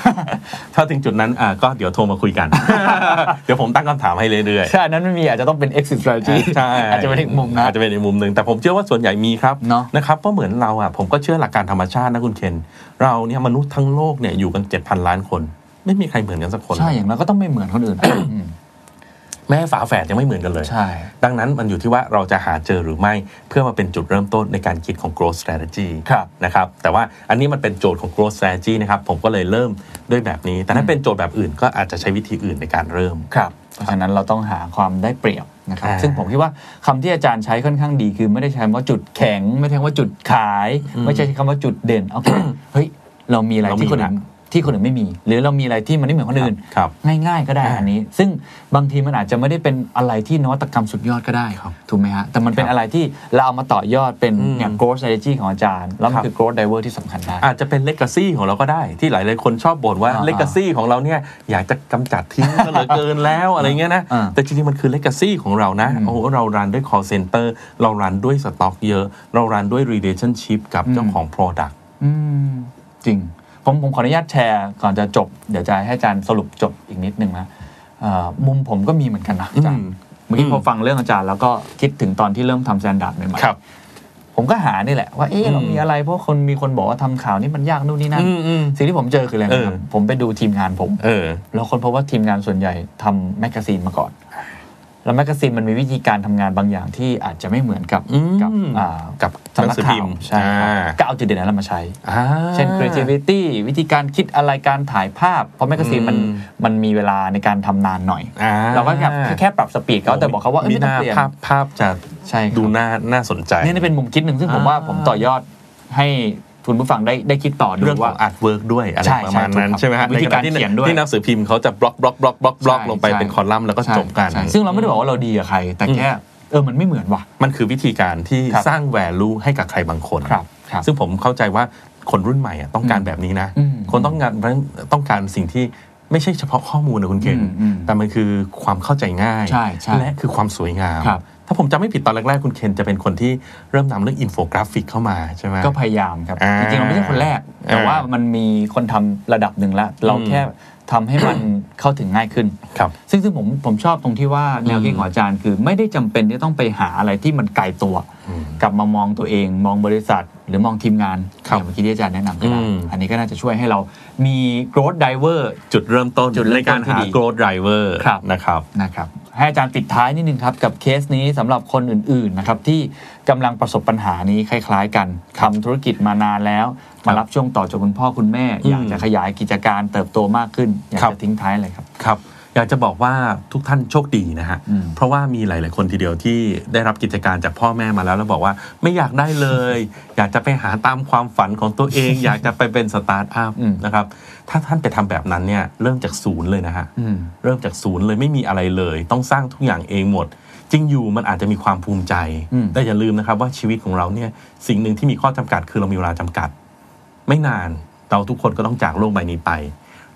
D: ถ้าถึงจุดนั้นอ่าก็เดี๋ยวโทรมาคุยกัน เดี๋ยวผมตั้งคำถามให้เรื่อยๆ
C: ใช่อันนั้นไม่มีอาจจะต้องเป็น exit strategy
D: ใช่
C: อาจจะเป็นอีกมุมนะ
D: อาจจะเป็นอีกมุมหนึ่งแต่ผมเชื่อว่าส่วนใหญ่มีครับ
C: เนอะ
D: นะครับเพราะเหมือนเราอ่ะผมก็เชื่อหลักการธรรมชาตินะคุณเคน เราเนี่ยมนุษย์ทั้งโลกเนี่ยอยู่กัน 7,000 ล้านคน ไม่มีใครเหมือนกันสักคน
C: ใช่อย่างนั้นก็ต้องไม่เหมือนคนอื่นอ่ะอืม
D: แม้ฝาแฝดยังไม่เหมือนกันเลย
C: ใช่
D: ดังนั้นมันอยู่ที่ว่าเราจะหาเจอหรือไม่เพื่อมาเป็นจุดเริ่มต้นในการคิดของ growth strategy
C: ครับ
D: นะครับแต่ว่าอันนี้มันเป็นโจทย์ของ growth strategy นะครับผมก็เลยเริ่มด้วยแบบนี้ แต่ถ้าเป็นโจทย์แบบอื่นก็อาจจะใช้วิธีอื่นในการเริ่ม
C: ครับเพราะฉะนั้นเราต้องหาความได้เปรียบนะครับ
D: อ่า
C: ซึ่งผมคิดว่าคำที่อาจารย์ใช้ค่อนข้างดี คือไม่ได้ใช้คำว่าจุดแข็ง ไม่ใช่คำว่าจุดขาย
D: อืม
C: ไม่ใช่คำว่าจุดเด่นโอเคเฮ้ยเรามีอะไร
D: เรามี
C: ที่คนอื่น
D: นะ
C: ที่คนอื่นไม่มี หรือเรามีอะไรที่มันไม่เหมือนคนอื่น
D: ครับ
C: ง่าย ๆ ก็ได้
D: อ่า
C: อันนี้ ซึ่งบางทีมันอาจจะไม่ได้เป็นอะไรที่นวัตกรรมสุดยอดก็ได้
D: ครับ
C: ถูกไหมฮะแต่มันเป็นอะไรที่เราเอามาต่อยอดเป็น
D: อืม
C: อย่าง growth strategy ของอาจารย์ แล้วมัน
D: ครับ
C: คือ growth driver ที่สำคัญได้
D: อาจจะเป็น legacy ของเราก็ได้ที่หลายๆคนชอบบ่นว่า
C: อ่า
D: legacy ของเราเนี่ยอยากจะกำจัด ทิ้งก็เหลือเกินแล้วอะไรเงี้ยนะ
C: อ่า
D: แต่จริงๆมันคือ legacy ของเรานะ
C: อืม
D: โอ้โหเรารันด้วย call center เรารันด้วยสต็อกเยอะ เรารันด้วย relationship กับเจ้า
C: อืม
D: ของ product
C: อืมจริง ผมผมขออนุญาตแชร์ก่อนจะจบ เดี๋ยวจะให้อาจารย์สรุปจบอีกนิดนึงนะเอ่อมุมผมก็มีเหมือนกันนะอาจารย์
D: อืม
C: เมื่อกี้
D: อืม
C: พอฟังเรื่องอาจารย์แล้วก็คิดถึงตอนที่เริ่มทำแซนด์ดับใหม่
D: ครับ
C: ๆผมก็หานี่แหละว่าเอ๊ะเรา
D: อืม
C: มีอะไรเพราะคนมีคนบอกว่าทำข่าวนี่มันยากนู่นนี่นั่น
D: อืมอืม
C: สิ่งที่ผมเจอคืออะไรนะครับ
D: เออ
C: ผมไปดูทีมงานผม
D: เออ
C: แล้วคนพบว่าทีมงานส่วนใหญ่ทำแมกกาซีนมาก่อน แล้วแมกกาซีนมันมีวิธีการทำงานบางอย่างที่อาจจะไม่เหมือนกับ
D: อืม
C: กัอ่า
D: กับ
C: สำนักข่าว
D: หนังสือพิมพ์
C: ใช่ครับ
D: อ่า
C: ก็เอาจุดเด่นนั้นมาใช้
D: อ่า
C: เช่น creativity วิธีการคิดอะไรการถ่ายภาพ เพราะแมกกาซีนมัน
D: อืม
C: มันมีเวลาในการทำนานหน่อย
D: อ่
C: เราก็แค่แค่ปรับสปีดเขาแต่บอกเขาว่าเอ้ย
D: มิ
C: ไม่ต้อง
D: น่า
C: เปลี่ยน
D: ภาพภาพจะ
C: ใช่ครับ
D: ดูน่าน่าสนใจ
C: นี่เป็นมุมคิดหนึ่งซึ่งผม
D: อ่า
C: ว่าผมต่อยอดให้คุณผู้ฟังได้ได้คิดต่อดู
D: เรื่องขอ
C: ว่า
D: งอาร์ตเวิร์กด้วยอะไร
C: ใช่
D: ประมาณนั้น
C: ใช่
D: ใช่ไหมฮะ
C: วิธีการ
D: ในณะที่
C: เขียนด้วย
D: ที่หนังสือพิมพ์เขาจะบล็อกบล็อกบล็อกบล็อกบล็อก
C: ใช่
D: ลงไป
C: ใช่
D: เป็นคอลัมน์แล้วก็จบกัน
C: ใช่ซึ่งเราไม่ได้บอกว่าเราดีกับใคร แต่แค่เออมันไม่เหมือนว่ะ
D: มันคือวิธีการที่
C: ครับ
D: สร้าง value ให้กับใครบางคน
C: ครับครับ
D: ซึ่งผมเข้าใจว่าคนรุ่นใหม่อะต้องการ
C: อืม
D: แบบนี้นะ
C: อืม
D: คนต้องการต้องการสิ่งที่ไม่ใช่เฉพาะข้อมูลนะคุณเคน
C: อืมอืม
D: แต่มันคือความเข้าใจง่าย
C: ใช่ใช่
D: และคือความสวยงาม
C: ครับ
D: ถ้าผมจำไม่ผิดตอนแรกๆ คุณเคนจะเป็นคนที่เริ่มนำเรื่องอินโฟกราฟิกเข้ามาใช่ไหม
C: ก็พยายามครับ
D: อ่า
C: จริงๆเราไม่ใช่คนแรก แต่
D: อ่า
C: ว่ามันมีคนทำระดับหนึ่งแล้วเรา
D: อืม
C: แค่ทำให้มัน เข้าถึงง่ายขึ้น
D: ครับ
C: ซึ่งซึ่งผมผมชอบตรงที่ว่าแนวคิด
D: อืม
C: ของอาจารย์คือไม่ได้จำเป็นที่ต้องไปหาอะไรที่มันไกลตัว
D: อืม
C: กลับมามองตัวเองมองบริษัท หรือมองทีมงาน
D: ครับ
C: อย่างเมื่อกี้ที่อาจารย์แนะนำก็ได้
D: อืม
C: อันนี้ก็น่าจะช่วยให้เรามี growth diver
D: จุดเริ่มต้น
C: จุดเริ่
D: ใน
C: มต้น
D: การหา
C: ที่ดี
D: growth driver
C: ครับ
D: นะครับ
C: นะครับให้อาจารย์ปิดท้ายนิดนึงครับ กับเคสนี้สำหรับคนอื่นๆนะครับที่กำลังประสบปัญหานี้คล้าย ๆ กันทำธุรกิจมานานแล้ว มารับช่วงต่อจากคุณพ่อคุณแม่
D: อืม
C: อยากจะขยายกิจการเติบโตมากขึ้น อยาก
D: ครับ
C: จะทิ้งท้ายอะไรครับ
D: ครับ อยากจะบอกว่าทุกท่านโชคดีนะฮะ
C: อืม
D: เพราะว่ามีหลาย ๆ คนทีเดียวที่ได้รับกิจการจากพ่อแม่มาแล้ว แล้วบอกว่าไม่อยากได้เลย อยากจะไปหาตามความฝันของตัวเอง อยากจะไปเป็นสตาร์ทอัพ
C: อืม
D: นะครับ ถ้าท่านไปทำแบบนั้นเนี่ยเริ่มจากศูนย์เลยนะฮะ
C: อืม
D: เริ่มจากศูนย์เลยไม่มีอะไรเลย ต้องสร้างทุกอย่างเองหมด จริงอยู่มันอาจจะมีความภูมิใจ
C: อืม
D: แต่อย่าลืมนะครับว่าชีวิตของเราเนี่ยสิ่งหนึ่งที่มีข้อจำกัดคือเรามีเวลาจำกัด ไม่นานเราทุกคนก็ต้องจากโลกใบนี้ไป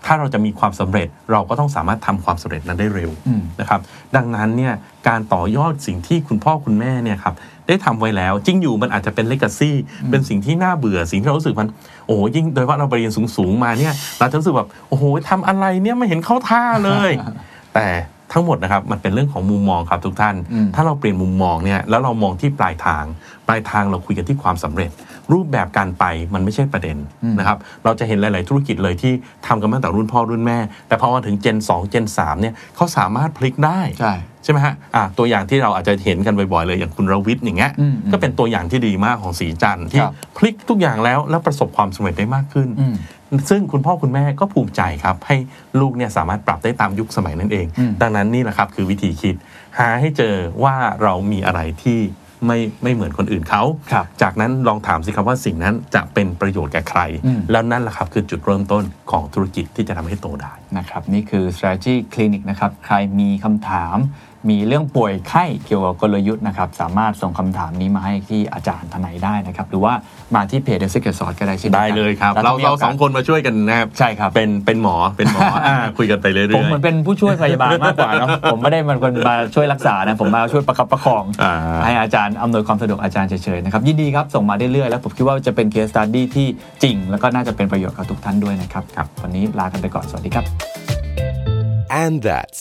D: ถ้าเราจะมีความสำเร็จเราก็ต้องสามารถทำความสำเร็จนั้นได้เร็ว
C: อืม
D: นะครับ ดังนั้นเนี่ยการต่อยอดสิ่งที่คุณพ่อคุณแม่เนี่ยครับได้ทำไว้แล้ว จริงอยู่มันอาจจะเป็นเลก a ซี่เป็นสิ่งที่น่าเบื่อสิ่งที่เรารู้สึกมัน โอ้โหยิ่งโดยว่าเราไปเรียนสูงๆมาเนี่ยเราจะรู้สึกแบบโอ้โหทำอะไรเนี่ยไม่เห็นเข้าท่าเลย แต่ทั้งหมดนะครับมันเป็นเรื่องของมุมมองครับทุกท่าน
C: อืม
D: ถ้าเราเปลี่ยนมุมมองเนี่ยแล้วเรามองที่ปลายทาง ปลายทางเราคุยกันที่ความสำเร็จ รูปแบบการไปมันไม่ใช่ประเด็นนะครับเราจะเห็นหลาย ๆ ธุรกิจเลยที่ทำกันมาตั้งแต่รุ่นพ่อรุ่นแม่ แต่พอมาถึงเจน2เจน3เนี่ยเขาสามารถพลิกได้
C: ใช่
D: ใช่ไหมฮะอ่ะตัวอย่างที่เราอาจจะเห็นกันบ่อยๆเลยอย่างคุณรวิทย์อย่างเงี้ย
C: อืมอืม
D: ก็เป็นตัวอย่างที่ดีมากของสีจันทร์ที่
C: ครับ
D: พลิกทุกอย่างแล้วแล้วประสบความสำเร็จได้มากขึ้น
C: อืม
D: ซึ่งคุณพ่อคุณแม่ก็ภูมิใจครับ ให้ลูกเนี่ยสามารถปรับได้ตามยุคสมัยนั่นเอง
C: อืม
D: ดังนั้นนี่แหละครับคือวิธีคิด หาให้เจอว่าเรามีอะไรที่ไม่ไม่เหมือนคนอื่นเขา
C: ครับ
D: จากนั้นลองถามสิครับว่าสิ่งนั้นจะเป็นประโยชน์แก่ใคร
C: อืม
D: แล้วนั่นแหละครับคือจุดเริ่มต้นของธุรกิจที่จะทำให้โตได้
C: นะครับ นี่คือ strategy clinic นะครับ ใครมีคำถาม มีเรื่องป่วยไข้เกี่ยวกับกลยุทธ์นะครับ สามารถส่งคำถามนี้มาให้ที่อาจารย์ทนายได้นะครับ หรือว่ามาที่เพจ The Secret Sauce ก็ได้เช่นกัน
D: ได้เลยครับ
C: แล้วถ้มี
D: เราเรา
C: โก
D: ส
C: ส
D: องคนมาช่วยกันนะครับ
C: ใช่ครับ
D: เป็นเป็นหมอเป็นหมออ่าคุยกันไปเรื่อยๆ
C: ผมเหมือนเป็นผู้ช่วยพยาบาลมากกว่า เนอะ ผมไม่ได้มันคนมาช่วยรักษานะ ผมมาช่วยประคับประคอง
D: อ่า
C: ให้อาจารย์อำนวยความสะดวกอาจารย์เฉยๆนะครับ ยินดีครับ ส่งมาเรื่อยๆแล้วผมคิดว่าจะเป็น case study ที่จริง แล้วก็น่าจะเป็นประโยชน์กับทุกท่านด้วยนะครับครับวันนี้ลากันไปก่อนสวัสดีครับ
A: And that's